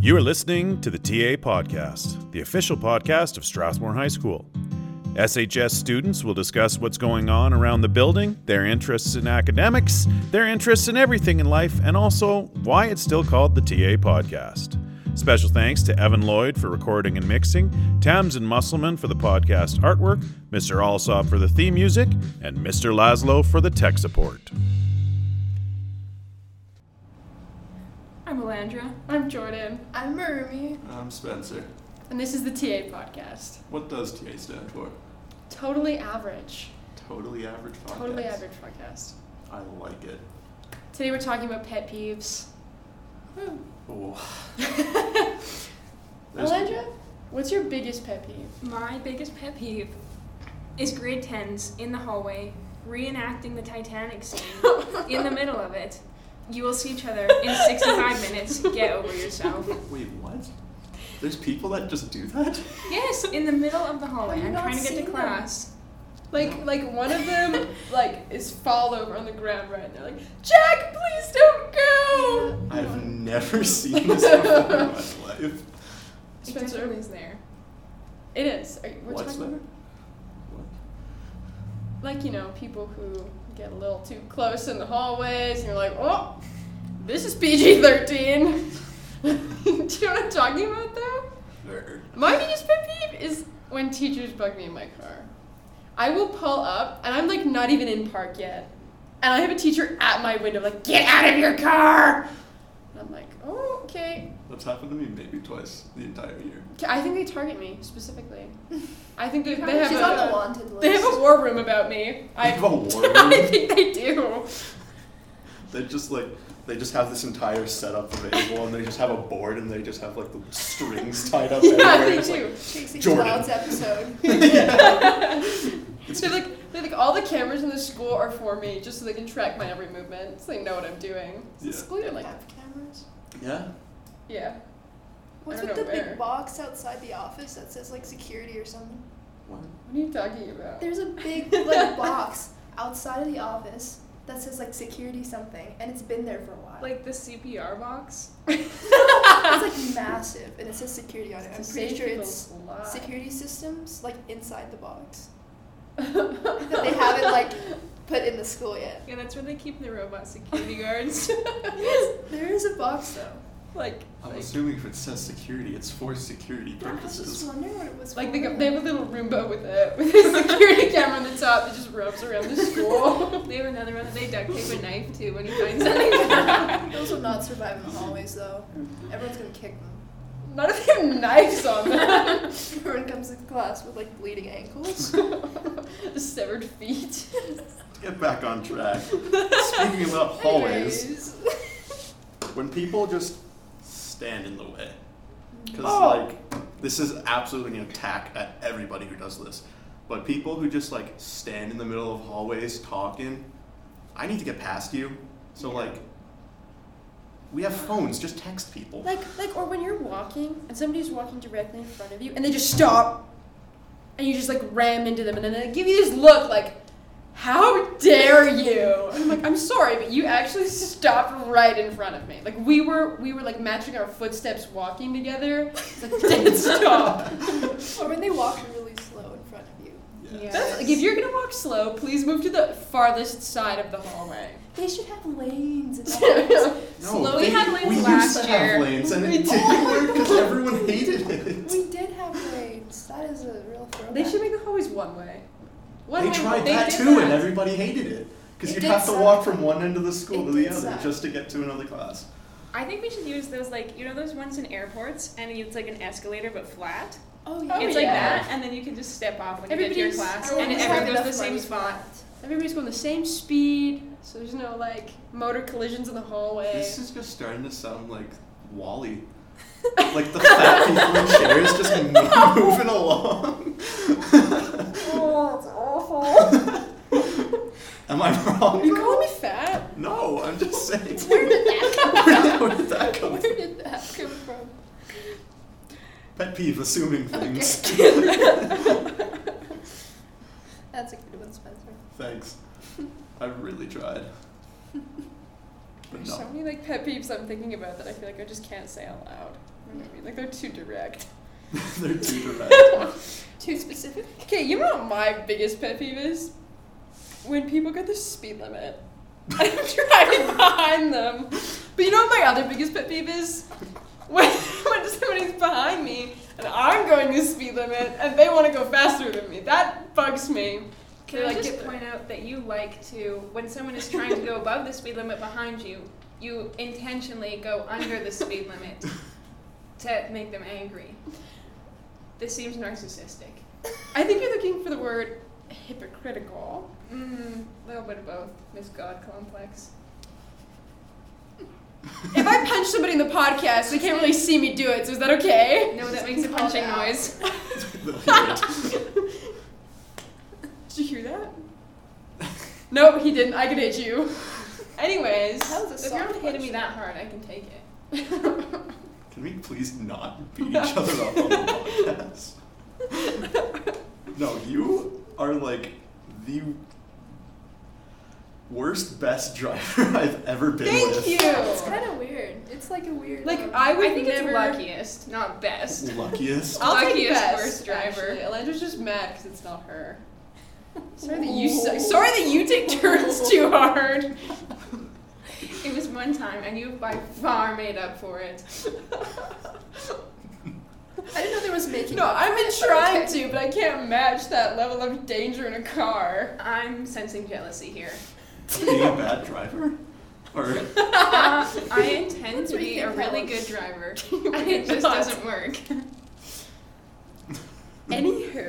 You are listening to the TA Podcast, the official podcast of Strathmore High School. SHS students will discuss what's going on around the building, their interests in academics, their interests in everything in life, and also why it's still called the TA Podcast. Special thanks to Evan Lloyd for recording and mixing, Tamsin Musselman for the podcast artwork, Mr. Alsop for the theme music, and Mr. Laszlo for the tech support. I'm Elandra. I'm Jordan. I'm Marumi, I'm Um, Spencer. And this is the TA podcast. What does TA stand for? Totally average. Totally average podcast. Totally average podcast. I like it. Today we're talking about pet peeves. Oh. There's- Elandra, what's your biggest pet peeve? My biggest pet peeve is grade 10s in the hallway reenacting the Titanic scene. in the middle of it, you will see each other in 65 minutes. Get over yourself. Wait, what? There's people that just do that? Yes, in the middle of the hallway. Have you I'm not trying to get seen to them? class. Like, like one of them, like, is fall over on the ground right now. Like, Jack, please don't go. I've never seen this before in my life. It Spencer, definitely is there. it is. Are you- we're What's talking there? What? like you know people who get a little too close in the hallways and you're like oh this is pg-13 do you know what i'm talking about though There. my biggest pet peeve is when teachers bug me in my car i will pull up and i'm like not even in park yet and i have a teacher at my window like get out of your car and i'm like oh okay That's happened to me maybe twice the entire year. K, i think they target me specifically i think they, they probably- have She's a, on the wanted list. they have a war room about me I i have a war I room. think they do. they just like they just have this entire setup available and they just have a board and they just have like the strings tied up Yeah, everywhere. they It's like, do. Trixie Jordan. Clouds episode. They're like, they're like, all the cameras in the school are for me, just so they can track my every movement, so they know what I'm doing. Yeah. School didn't Like- have cameras. yeah. Yeah. I What's don't with know the where. big box outside the office that says like security or something? What? What are you talking about? There's a big like box outside of the office that says like security something, and it's been there for a while. Like the CPR box. it's like massive, and it says security on it. I'm To pretty save sure people's it's lives. security systems like inside the box that they haven't like put in the school yet. Yeah, that's where they keep the robot security guards. There is a box though. like, I'm like, assuming if it says security, it's for security I was just purposes. wondering what it was. like for. they, got- they have a little Roomba with a with a security camera on the top that just rubs around the school. they have another one that they duct tape a knife to when you find something. Those will not survive in the hallways though. Everyone's gonna kick them. None of them knives on them. Everyone comes to class with like bleeding ankles. Severed feet. Get back on track. Speaking about hallways, Anyways. when people just stand in the way, because Oh. like this is absolutely an attack at everybody who does this. But people who just like stand in the middle of hallways talking, I need to get past you. So like, we have phones. Just text people. Like, like, or when you're walking and somebody's walking directly in front of you, and they just stop, and you just like ram into them, and then they give you this look like, "How dare you!" And I'm like, "I'm sorry, but you actually stopped right in front of me. Like, we were, we were like matching our footsteps walking together. It's like dead stop. or when they walk really slow in front of you. Yeah. That's- like, if you're gonna walk slow, please move to the farthest side of the hallway. They should have lanes. And No, Slowly they- had lanes we last used to year. have lanes, and We it did. didn't work because everyone hated it. we did have lanes. That is a real throwback. they should make the hallways one way. One they way. tried they that did too, that. and everybody hated it because It you'd did have to suck. walk from one end of the school It to the did other suck. just to get to another class. I think we should use those like you know those ones in airports and it's like an escalator but flat. Oh Oh, yeah. it's like yeah. that, and then you can just step off when you get to your Everybody's- class, everyone and just everyone have goes to the enough same money for spot. Everybody's going the same speed, so there's no like motor collisions in the hallway. This is just starting to sound like Wally. like the fat people in chairs just mo- moving along. oh, it's awful. Am I wrong? you calling me fat? No, I'm just saying. Where did that come Where did, where did that from? come from? Where did that come from? Pet peeve, assuming things. That's a good one, Spencer. Thanks. I really tried. But There's so no. many like pet peeves I'm thinking about that I feel like I just can't say out loud. You know what I mean? Like they're too direct. They're too direct. Too specific. Okay, you know what my biggest pet peeve is? When people get the speed limit. I'm driving behind them. But you know what my other biggest pet peeve is? When, when somebody's behind me and I'm going the speed limit and they want to go faster than me. That bugs me. Can They're I like, just "Get point out that you like to, when someone is trying to go above the speed limit behind you, you intentionally go under the speed limit to make them angry. This seems narcissistic. I think you're looking for the word hypocritical. Mm, a little bit of both. Miss God complex. If I punch somebody in the podcast, they can't really see me do it, so is that okay? No, that makes a Call punching it out. noise. Did you hear that? no, he didn't. I could hit you. Anyways, That was a If you're not soft hitting me punch. that hard, I can take it. Can we please not beat each other up on the podcast? No, you are like the worst best driver I've ever been Thank with. It's you. kind of weird. It's like a weird. Like um, I would I think never. it's luckiest, not best. Luckiest. I'll take Luckiest best, worst driver. Actually. Elijah's just mad because it's not her. Sorry that you. suck- Sorry that you take turns too hard. It was one time, and you by far made up for it. I didn't know there was making. No, up. I've been trying to, but I can't match that level of danger in a car. I'm sensing jealousy here. Being a bad driver? Or Uh, I intend That's to what be you a think really that good was. driver, and it just Not. doesn't work. Anywho,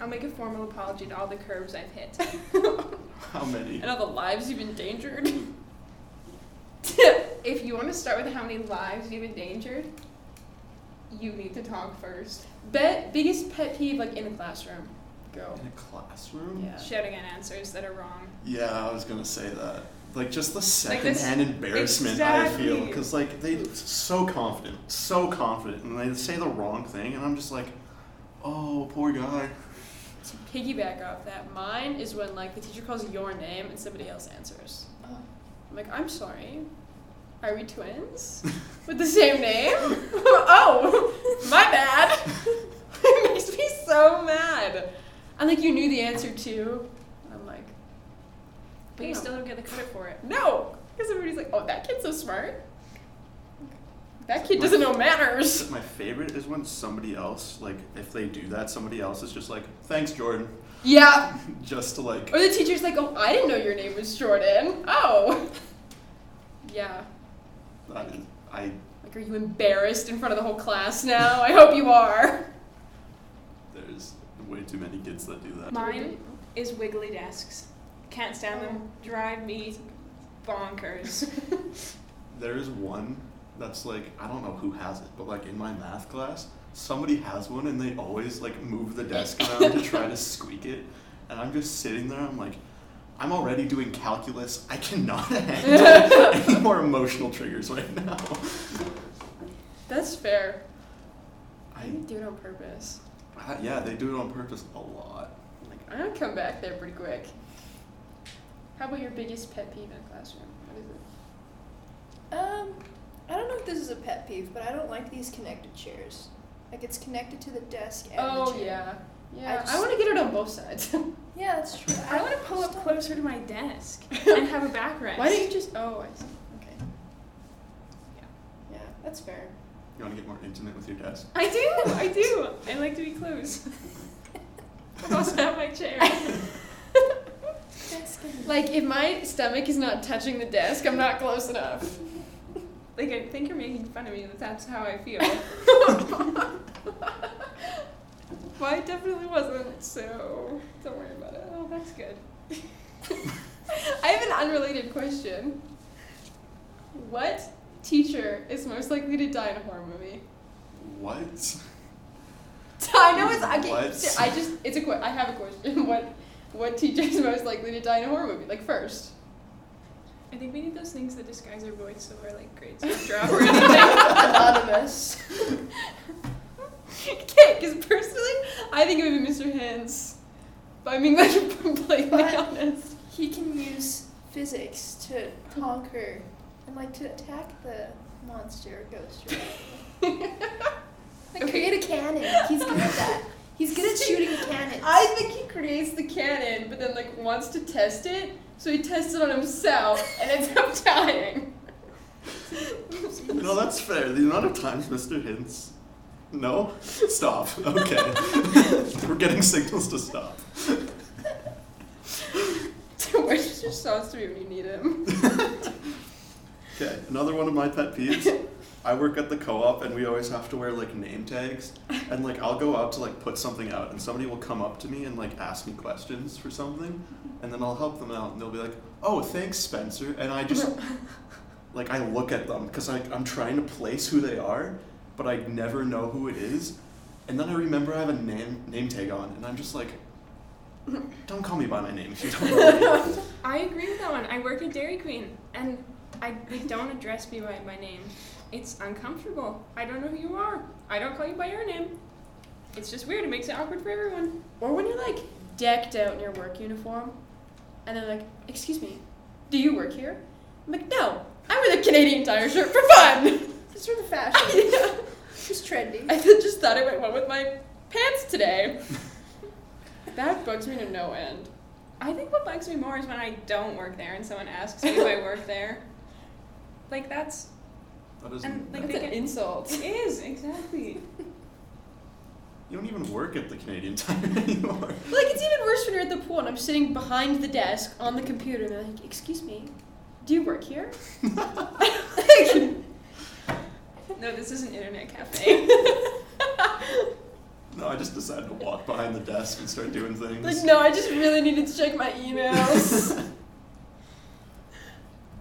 I'll make a formal apology to all the curves I've hit. how many? and all the lives you've endangered. If you want to start with how many lives you've endangered, you need to talk first. Bet biggest pet peeve like in the classroom. Go. In a classroom? Yeah. Shouting at answers that are wrong. Yeah, I was gonna say that. Like just the Like this- secondhand embarrassment I feel, Exactly. because like they so confident, so confident, and they say the wrong thing, and I'm just like, oh, poor guy. To piggyback off that, mine is when like the teacher calls your name and somebody else answers. Oh. I'm like, I'm sorry. Are we twins? With the same name? oh, my bad. it makes me so mad. And like you knew the answer too. And I'm like, But you Yeah. still don't get the credit for it. no, because everybody's like, oh, that kid's so smart. That kid doesn't know manners. My favorite is when somebody else, like, if they do that, somebody else is just like, thanks, Jordan, Yeah, just to like. Or the teacher's like, oh, I didn't know your name was Jordan. Oh. Yeah. I, I Like, are you embarrassed in front of the whole class now? I hope you are. there's way too many kids that do that. Mine is wiggly desks. Can't stand them. Oh. Drive me bonkers. There is one that's like I don't know who has it, but like in my math class, somebody has one and they always like move the desk around to try to squeak it, and I'm just sitting there. I'm like, I'm already doing calculus. I cannot handle any more emotional triggers right now. That's fair. I I didn't do it on purpose. I- yeah, they do it on purpose a lot. Like, I'm gonna come back there pretty quick. How about your biggest pet peeve in a classroom? What is it? Um, I don't know if this is a pet peeve, but I don't like these connected chairs. Like it's connected to the desk and the Oh, chair. yeah. Yeah, I, just- want to get it on both sides. Yeah, that's true. I want to pull up closer to my desk and have a backrest. Why don't you just. Oh, I see. Okay. Yeah. Yeah, that's fair. You want to get more intimate with your desk? I do. I do. I like to be close. I also have my chair. Desk and Like, if my stomach is not touching the desk, I'm not close enough. Like I think you're making fun of me. That that's how I feel. Well, I definitely wasn't, so don't worry about it. Oh, that's good. I have an unrelated question. What teacher is most likely to die in a horror movie? What? I know it's okay. What? so I just it's a que- I have a question. What what teacher is most likely to die in a horror movie? Like first. I think we need those things that disguise our voice, so our like grades don't drop or anything. anonymous. Okay, because personally, I think it would be Mr. Hands. But I mean, like, completely But- honest. He can use physics to conquer and like to attack the monster or ghost. Or whatever. like Okay. create a cannon. He's good at that. He's good at shooting cannons. I think he creates the cannon, but then like wants to test it, so he tests it on himself and ends up dying. No, that's fair. The amount of times Mr. Hints. No? Stop. Okay. We're getting signals to stop. Where's your sauce to be when you need him? Okay, another one of my pet peeves. I work at the co-op and we always have to wear like name tags and like I'll go out to like put something out and somebody will come up to me and like ask me questions for something and then I'll help them out and they'll be like, "Oh, thanks, Spencer." And I just like I look at them cuz I I'm trying to place who they are, but I never know who it is. And then I remember I have a name name tag on and I'm just like don't call me by my name if you don't know. me." I agree with that one. I work at Dairy Queen, and I they don't address me by my name. It's uncomfortable. I don't know who you are. I don't call you by your name. It's just weird. It makes it awkward for everyone. Or when you're like decked out in your work uniform, and they're like, "Excuse me, do you work here?" I'm like, "No, I wear the Canadian Tire shirt for fun." It's sort of fashion. It's trendy. I th- just thought it went well with my pants today. that bugs me to no end. I think what bugs me more is when I don't work there and someone asks me if I work there. Like that's That is and like That's they an get, insult. it is exactly. you don't even work at the Canadian Tire anymore. Like it's even worse when you're at the pool and I'm sitting behind the desk on the computer and they're like, "Excuse me, do you work here?" No, this is an internet cafe. No, I just decided to walk behind the desk and start doing things. like, no, I just really needed to check my emails.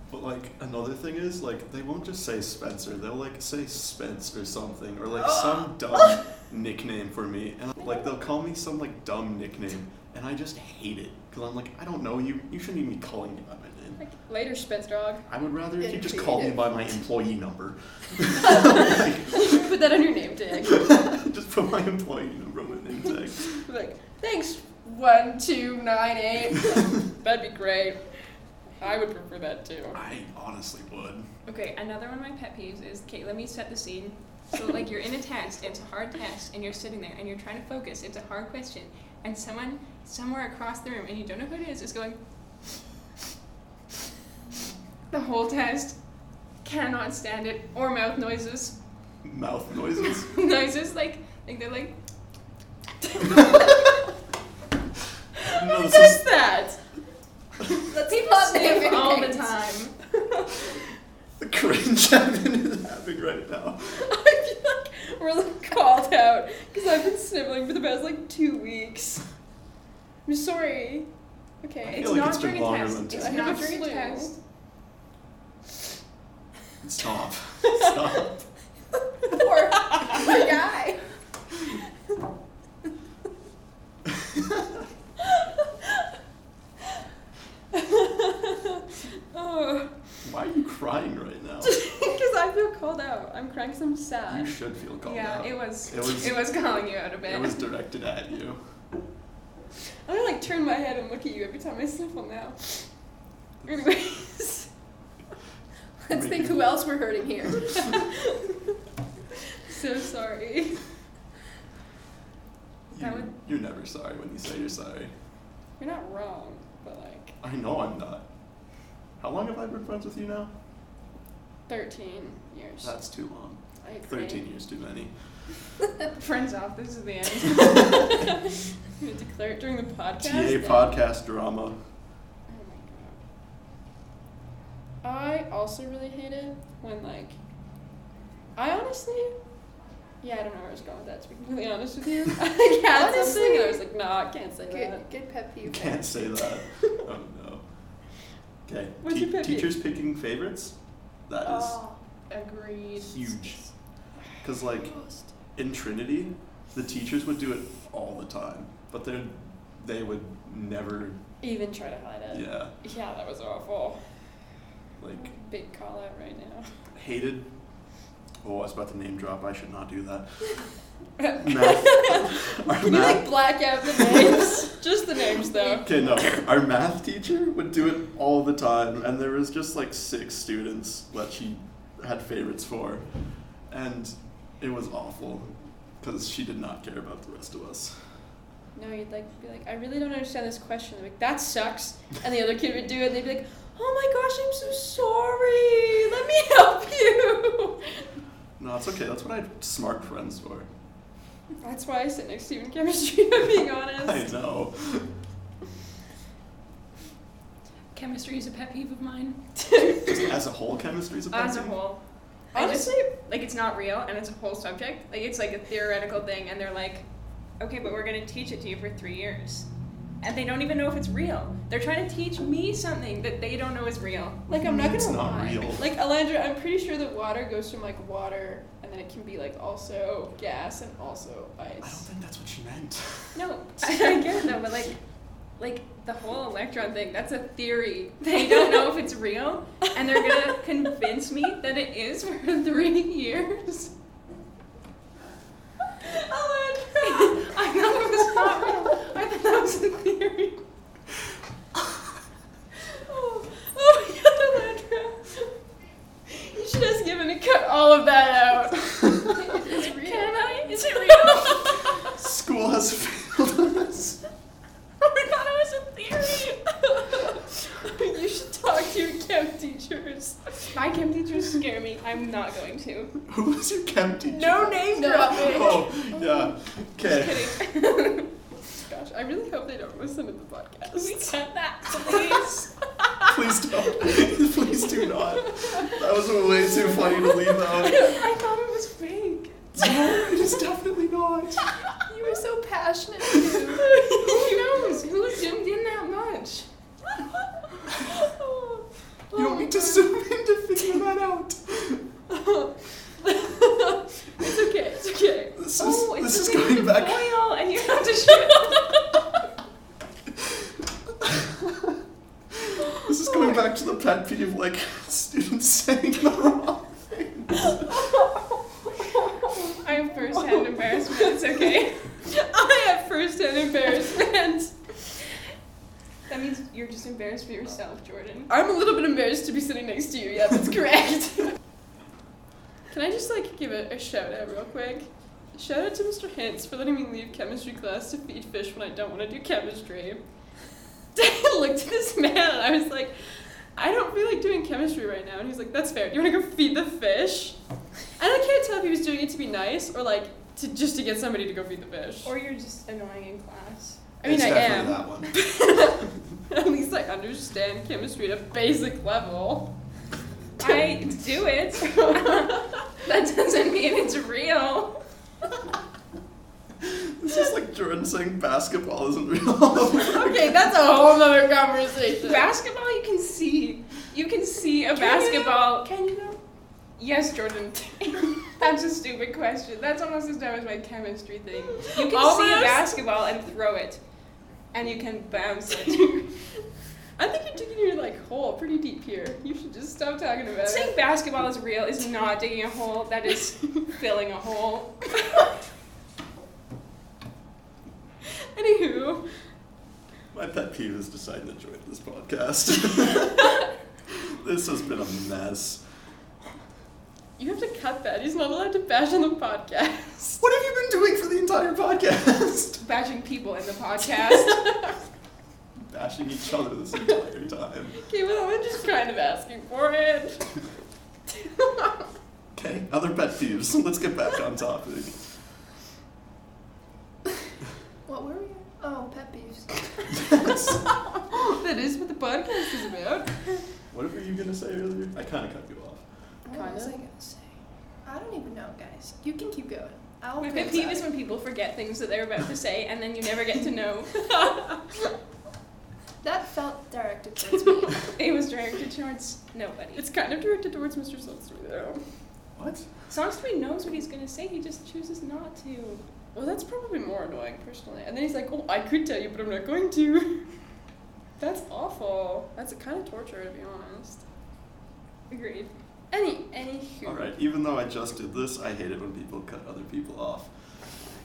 But like another thing is like they won't just say Spencer, they'll like say Spence or something, or like some dumb nickname for me, and like they'll call me some like dumb nickname, and I just hate it because I'm like I don't know you, you shouldn't even be calling me by my name. like, later, Spence dog. I would rather if you Get just called me creative. by my employee number. like, Put that on your name tag. just put my employee number on my name tag. Like, thanks, one two nine eight. That'd be great. I would prefer that too. I honestly would. Okay, another one of my pet peeves is okay, let me set the scene. So like you're in a test, it's a hard test, and you're sitting there and you're trying to focus, it's a hard question, and someone somewhere across the room and you don't know who it is is going the whole test cannot stand it or mouth noises Mouth noises. noises like like they're like No, Who this is- does that? Let's sniff all the time. the cringe Evan is having right now. I feel like we're like called out because I've been sniveling for the past like two weeks. I'm sorry. I Okay. It's feel like not it's been during a longer test. than It's ten. not Have a during a flu. test. Stop. Stop. Poor, poor guy. oh, Why are you crying right now? because I feel called out. I'm crying 'cause I'm You sad. should feel called yeah, out. it was, It was- it was calling you out a bit. It was directed at you. I'm gonna like turn my head and look at you every time I sniffle now. Anyways, Let's think who else we're hurting here. so sorry. You, That would- You're never sorry when you say you're sorry. You're not wrong, but like I know I'm not. How long have I been friends with you now? 13 years. That's too long. I agree. 13 years too many. Friends off, this is the end. I'm gonna declare it during the podcast. TA podcast drama. Oh my god. I also really hate it when like I honestly yeah, I don't know where I was going with that to be completely honest with you. I like, had something and I was like, nah, I can't say Good, that. good pet You peeve. can't say that. oh no. Okay. What's your pet peeve? teachers picking favorites? That is Oh, Agreed. huge. Because, like, in Trinity, the teachers would do it all the time, but they they would never, Even try to hide it. yeah, Yeah, that was awful. like Big call out right now. hated Oh, I was about to name drop. I should not do that. Can Math. Our you math. like black out the names? Just the names though. Okay, no. Our math teacher would do it all the time, and there was just like six students that she had favorites for, and it was awful because she did not care about the rest of us. No, you'd like be like, I really don't understand this question. They're like, that sucks. And the other kid would do it and they'd be like, Oh my gosh, I'm so sorry. Let me help you. No, it's okay. That's what I had smart friends for. That's why I sit next to you in chemistry, if I'm being I honest. know. Chemistry is a pet peeve of mine. Just as a whole, chemistry's a bad As a thing. whole. I just- Honestly, like it's not real and it's a whole subject. Like it's like a theoretical thing and they're like, okay, but we're gonna teach it to you for three years. And they don't even know if it's real. They're trying to teach me something that they don't know is real. like I'm not gonna It's not lie. real. Like Alondra, I'm pretty sure that water goes from like water and then it can be like also gas and also I don't ice. think that's what she meant. No, I get it though, but like like the whole electron thing, that's a theory. They don't know if it's real and they're gonna convince me that it is for three years. Alondra! I know it was not real. I thought that was a theory. Oh, oh my god, Alondra. You should have given to cut all of that out. It's real. Can I? Is it real? School has failed us. I thought it was a theory. you should talk to your chem teachers. My chem teachers scare me. I'm not going to. Who was your chem teacher? No name No. dropping. Oh, yeah. Okay. Kidding. Gosh, I really hope they don't listen to the podcast. we cut that, please. Please don't. Please do not. That was way too funny to leave out. I thought it was fake. No, it is definitely not. You were so passionate. too. Who knows? Who zoomed in that much? You don't Oh. need to zoom in to figure that out. it's okay, it's okay. This is, oh, it's this the is thing going with back. The foil, and you have to shoot. This is Oh. going back to the pet peeve of like students saying the wrong thing. I have first-hand embarrassment. It's okay. I have first hand embarrassment. That means you're just embarrassed for yourself, Jordan. I'm a little bit embarrassed to be sitting next to you, yeah, that's correct. Can I just like give a, a shout out real quick? Shout out to Mr. Hintz for letting me leave chemistry class to feed fish when I don't want to do chemistry. I looked at this man and I was like, I don't feel like doing chemistry right now. And he's like, That's fair. Do you want to go feed the fish? And I can't tell if he was doing it to be nice or like to just to get somebody to go feed the fish. Or you're just annoying in class. I mean, it's I definitely am. that one. At least I understand chemistry at a basic level. I do it. that doesn't mean it's real. This is like Jordan saying basketball isn't real. Okay, that's a whole nother conversation. Basketball, you can see. You can see a Can you? basketball. Can you know? Yes, Jordan. That's a stupid question. That's almost as dumb as my chemistry thing. You can see a Almost. basketball and throw it, and you can bounce it. I think you're digging your like hole pretty deep here. You should just stop talking about Saying it. basketball is real is not digging a hole. That is filling a hole. Anywho, My pet peeve is deciding to join this podcast. this has been a mess. you have to cut that. He's not allowed to bash on the podcast. What have you been doing for the entire podcast? Bashing people in the podcast. Bashing each other this entire time. Okay, well, I'm just kind of asking for it. Okay, other pet peeves. Let's get back on topic. What were we? at? Oh, pet peeves. Yes. that is what the podcast is about. What were you gonna say earlier? I kind of cut you off. What was I Kinda. gonna say? I don't even know, guys. You can keep going. I'll My figure pet it peeve out. is when people forget things that they're about to say, and then you never get to know. That felt directed towards me. It was directed towards nobody. It's kind of directed towards Mr. Silverstone, though. What? Songstree knows what he's gonna say, he just chooses not to. Well, that's probably more annoying, personally. And then he's like, "Oh, I could tell you, but I'm not going to." that's awful. That's a kind of torture, to be honest. Agreed. Any, any human. All right. Even though I just did this, I hate it when people cut other people off.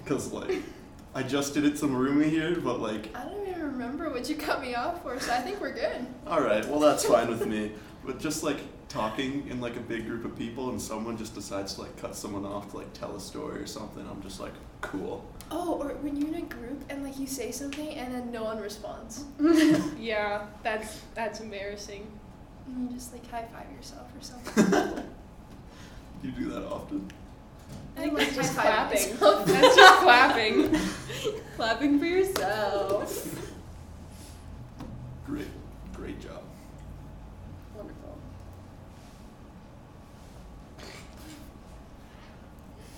Cause like, I just did it to Marumi here, but like, I don't even remember what you cut me off for, so I think we're good. all right, well that's fine with me. But just like talking in like a big group of people, and someone just decides to like cut someone off to like tell a story or something, I'm just like, cool. Oh, or when you're in a group and like you say something and then no one responds, Yeah, that's that's embarrassing. and you just like high five yourself or something. you do that often. I think like that's just high clapping. five myself. That's just clapping. Clapping for yourself. Great, great job. Wonderful.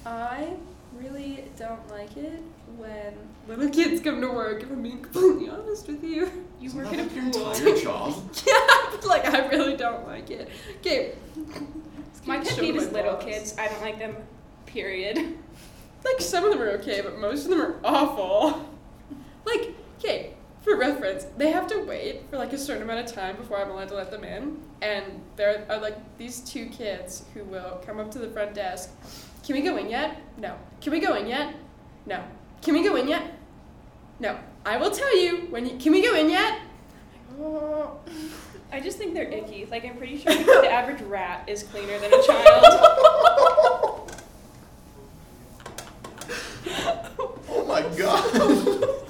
I really don't like it when little kids come to work, if I'm being completely honest with you. You Isn't work that in a like your pool. entire job. yeah, but, like, I really don't like it. Okay. My pet Show peeve is my little boss. kids. I don't like them. Period. Like some of them are okay, but most of them are awful. Like, okay, for reference, they have to wait for like a certain amount of time before I'm allowed to let them in. And there are like these two kids who will come up to the front desk. Can we go in yet? No. Can we go in yet? No. Can we go in yet? No. I will tell you when you can we go in yet? Oh. I just think they're icky. Like I'm pretty sure the average rat is cleaner than a child. Oh my god.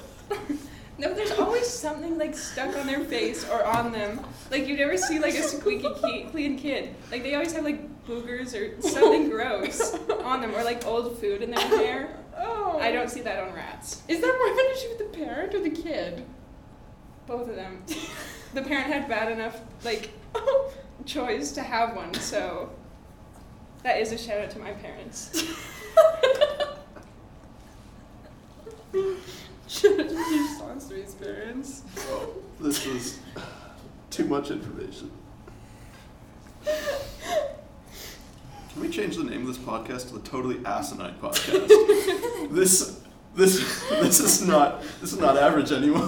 No, there's always something like stuck on their face or on them. Like you never see like a squeaky ke- clean kid. Like they always have like boogers or something gross on them or like old food in their hair. Oh. I don't see that on rats. Is that more of an issue with the parent or the kid? Both of them. The parent had bad enough like choice to have one, so that is a shout out to my parents. Should have just used songs to experience. Oh, this was too much information. Can we change the name of this podcast to the Totally Asinine Podcast? this, this, this is not this is not average anymore.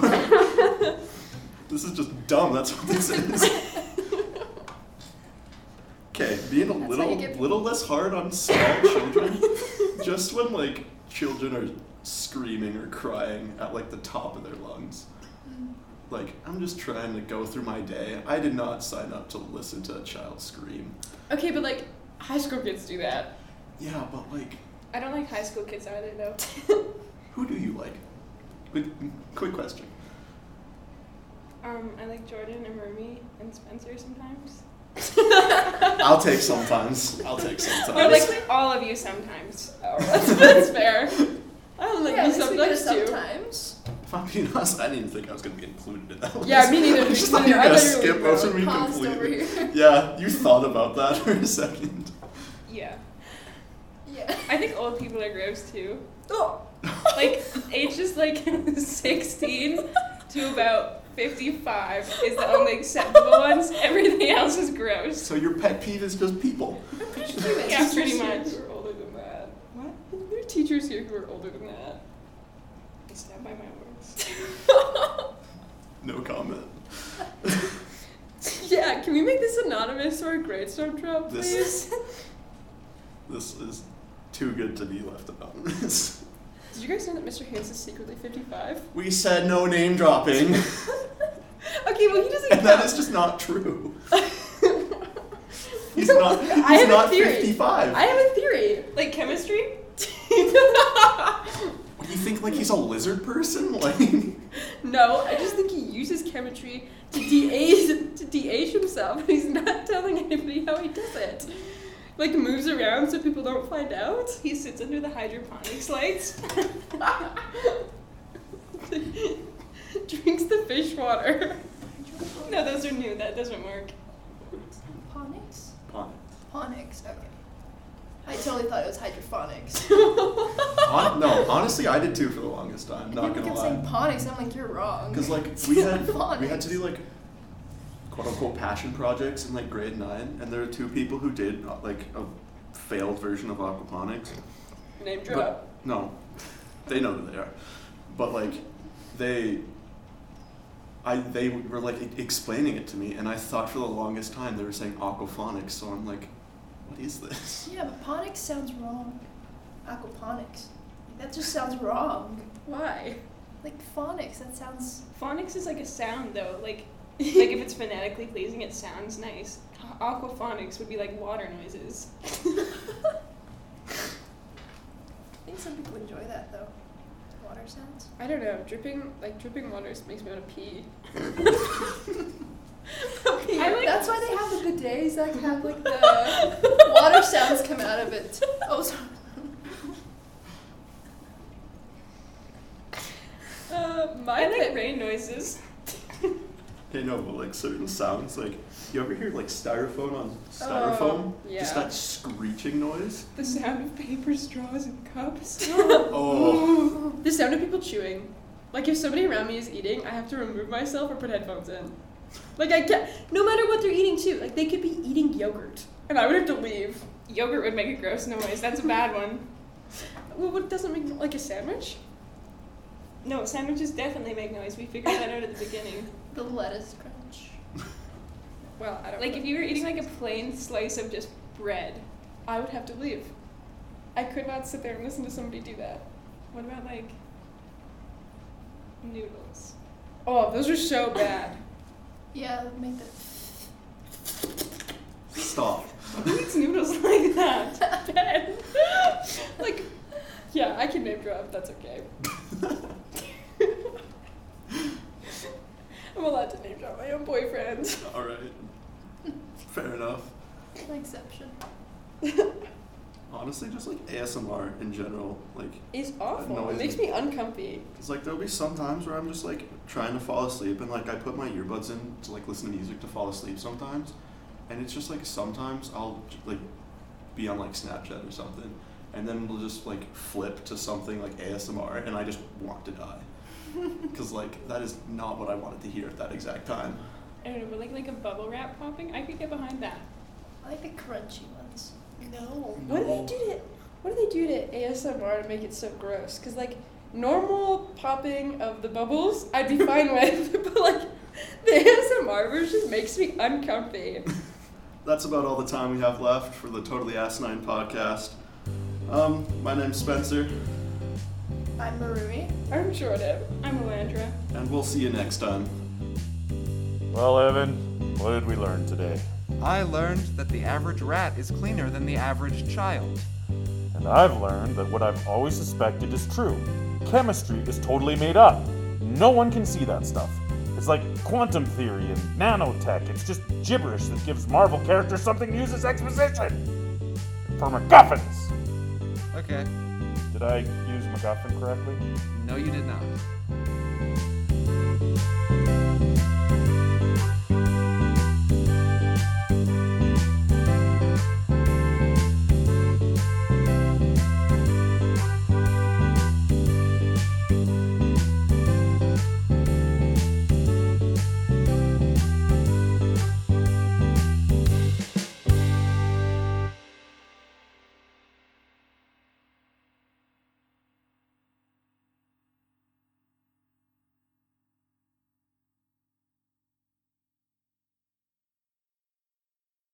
this is just dumb. That's what this is. Okay, being a how little you get- little less hard on small children. just when like children are screaming or crying at like the top of their lungs. Like, I'm just trying to go through my day. I did not sign up to listen to a child scream. Okay, but like high school kids do that. Yeah, but like, I don't like high school kids either though. who do you like? Quick, quick question. Um, I like Jordan and Rumi and Spencer sometimes. I'll take sometimes. I'll take sometimes. Or like all of you sometimes. Oh, That's, that's fair. I don't like yeah, me at least we get sometimes it too. sometimes. if I'm being honest, I didn't even think I was gonna be included in that list. Yeah, me neither. I just Me thought you neither. I were gonna thought you skip were over me Paused over completely. here. Yeah, you thought about that for a second. Yeah. Yeah. I think old people are gross too. Oh, Like ages like 16 to about 55 is the only acceptable ones. Everything else is gross. So your pet peeve is just people. I'm pretty sure that's Yeah, pretty Teachers here much. Who are older than that. What? There are teachers here who are older than that. I stand by my words. No comment. Yeah, can we make this anonymous or a gravestone drop, This- please? This is too good to be left anonymous. Did you guys know that Mr. Hayes is secretly 55? We said no name dropping, Okay, well he doesn't and count. that is just not true. He's not. He's I have a not theory. fifty-five. I have a theory. Like chemistry? You think like he's a lizard person? Like no, I just think he uses chemistry to de-age, to de-age himself, and he's not telling anybody how he does it. Like moves around so people don't find out. He sits under the hydroponics lights. Drinks the fish water. No, those are new. That doesn't work. Ponics? Pon- Ponics, okay. I totally thought it was hydroponics. hon- no, honestly, I did too for the longest time. Not gonna People kept saying lie, ponics, I'm like, you're wrong. because like we had Pon- we had to do like quote unquote passion projects in like grade nine, and there were two people who did uh, like a failed version of aquaponics. Name drop. But, no, they know who they are. But like, they, I they were like e- explaining it to me, and I thought for the longest time they were saying aquaphonics. So I'm like, is this? Yeah, but ponics sounds wrong. Aquaponics. Like, that just sounds wrong. Why? Like phonics, that sounds. Phonics is like a sound though. Like like if it's phonetically pleasing, it sounds nice. Aquaphonics would be like water noises. I think some people enjoy that though. Water sounds. I don't know. Dripping like dripping water just makes me want to pee. I like- That's why they have the bidets that have like the water sounds come out of it. Oh, sorry. Uh, my I like pet- rain noises. I know, but like certain sounds, like you ever hear like styrofoam on styrofoam? Just yeah. that screeching noise. The sound of paper straws and cups. Oh, The sound of people chewing. Like if somebody around me is eating, I have to remove myself or put headphones in. Like I can't. No matter what they're eating too. Like they could be eating yogurt, and I would have to leave. Yogurt would make a gross noise. That's a bad one. Well, what doesn't make like a sandwich? No, sandwiches definitely make noise. We figured that out at the beginning. The lettuce crunch. Well, I don't. Like know. if you were eating like a plain slice of just bread. I would have to leave. I could not sit there and listen to somebody do that. What about like noodles? Oh, those are so bad. Yeah, make the. stop. Who eats noodles like that? like, yeah, I can name drop. That's okay. I'm allowed to name drop my own boyfriend. All right. Fair enough. An exception. Honestly, just like ASMR in general, like It's awful. It Noisy. makes me uncomfy. It's like there'll be some times where I'm just like trying to fall asleep and like I put my earbuds in to like listen to music to fall asleep sometimes. And it's just like sometimes I'll j- like be on like Snapchat or something and then we'll just like flip to something like ASMR and I just want to die. Cuz like that is not what I wanted to hear at that exact time. I don't know, but like like a bubble wrap popping, I could get behind that. I like the crunchy ones. No. What do they do to What do they do to ASMR to make it so gross? Cause like normal popping of the bubbles, I'd be fine with, but like the ASMR version makes me uncomfy. That's about all the time we have left for the Totally Asinine podcast. Um, my name's Spencer I'm Marumi. I'm Jordan. I'm Elandra. and we'll see you next time. Well, Evan, what did we learn today? I learned that the average rat is cleaner than the average child. And I've learned that what I've always suspected is true. Chemistry is totally made up. No one can see that stuff. It's like quantum theory and nanotech. It's just gibberish that gives Marvel characters something to use as exposition. For MacGuffins! Okay. Did I use MacGuffin correctly? No, you did not.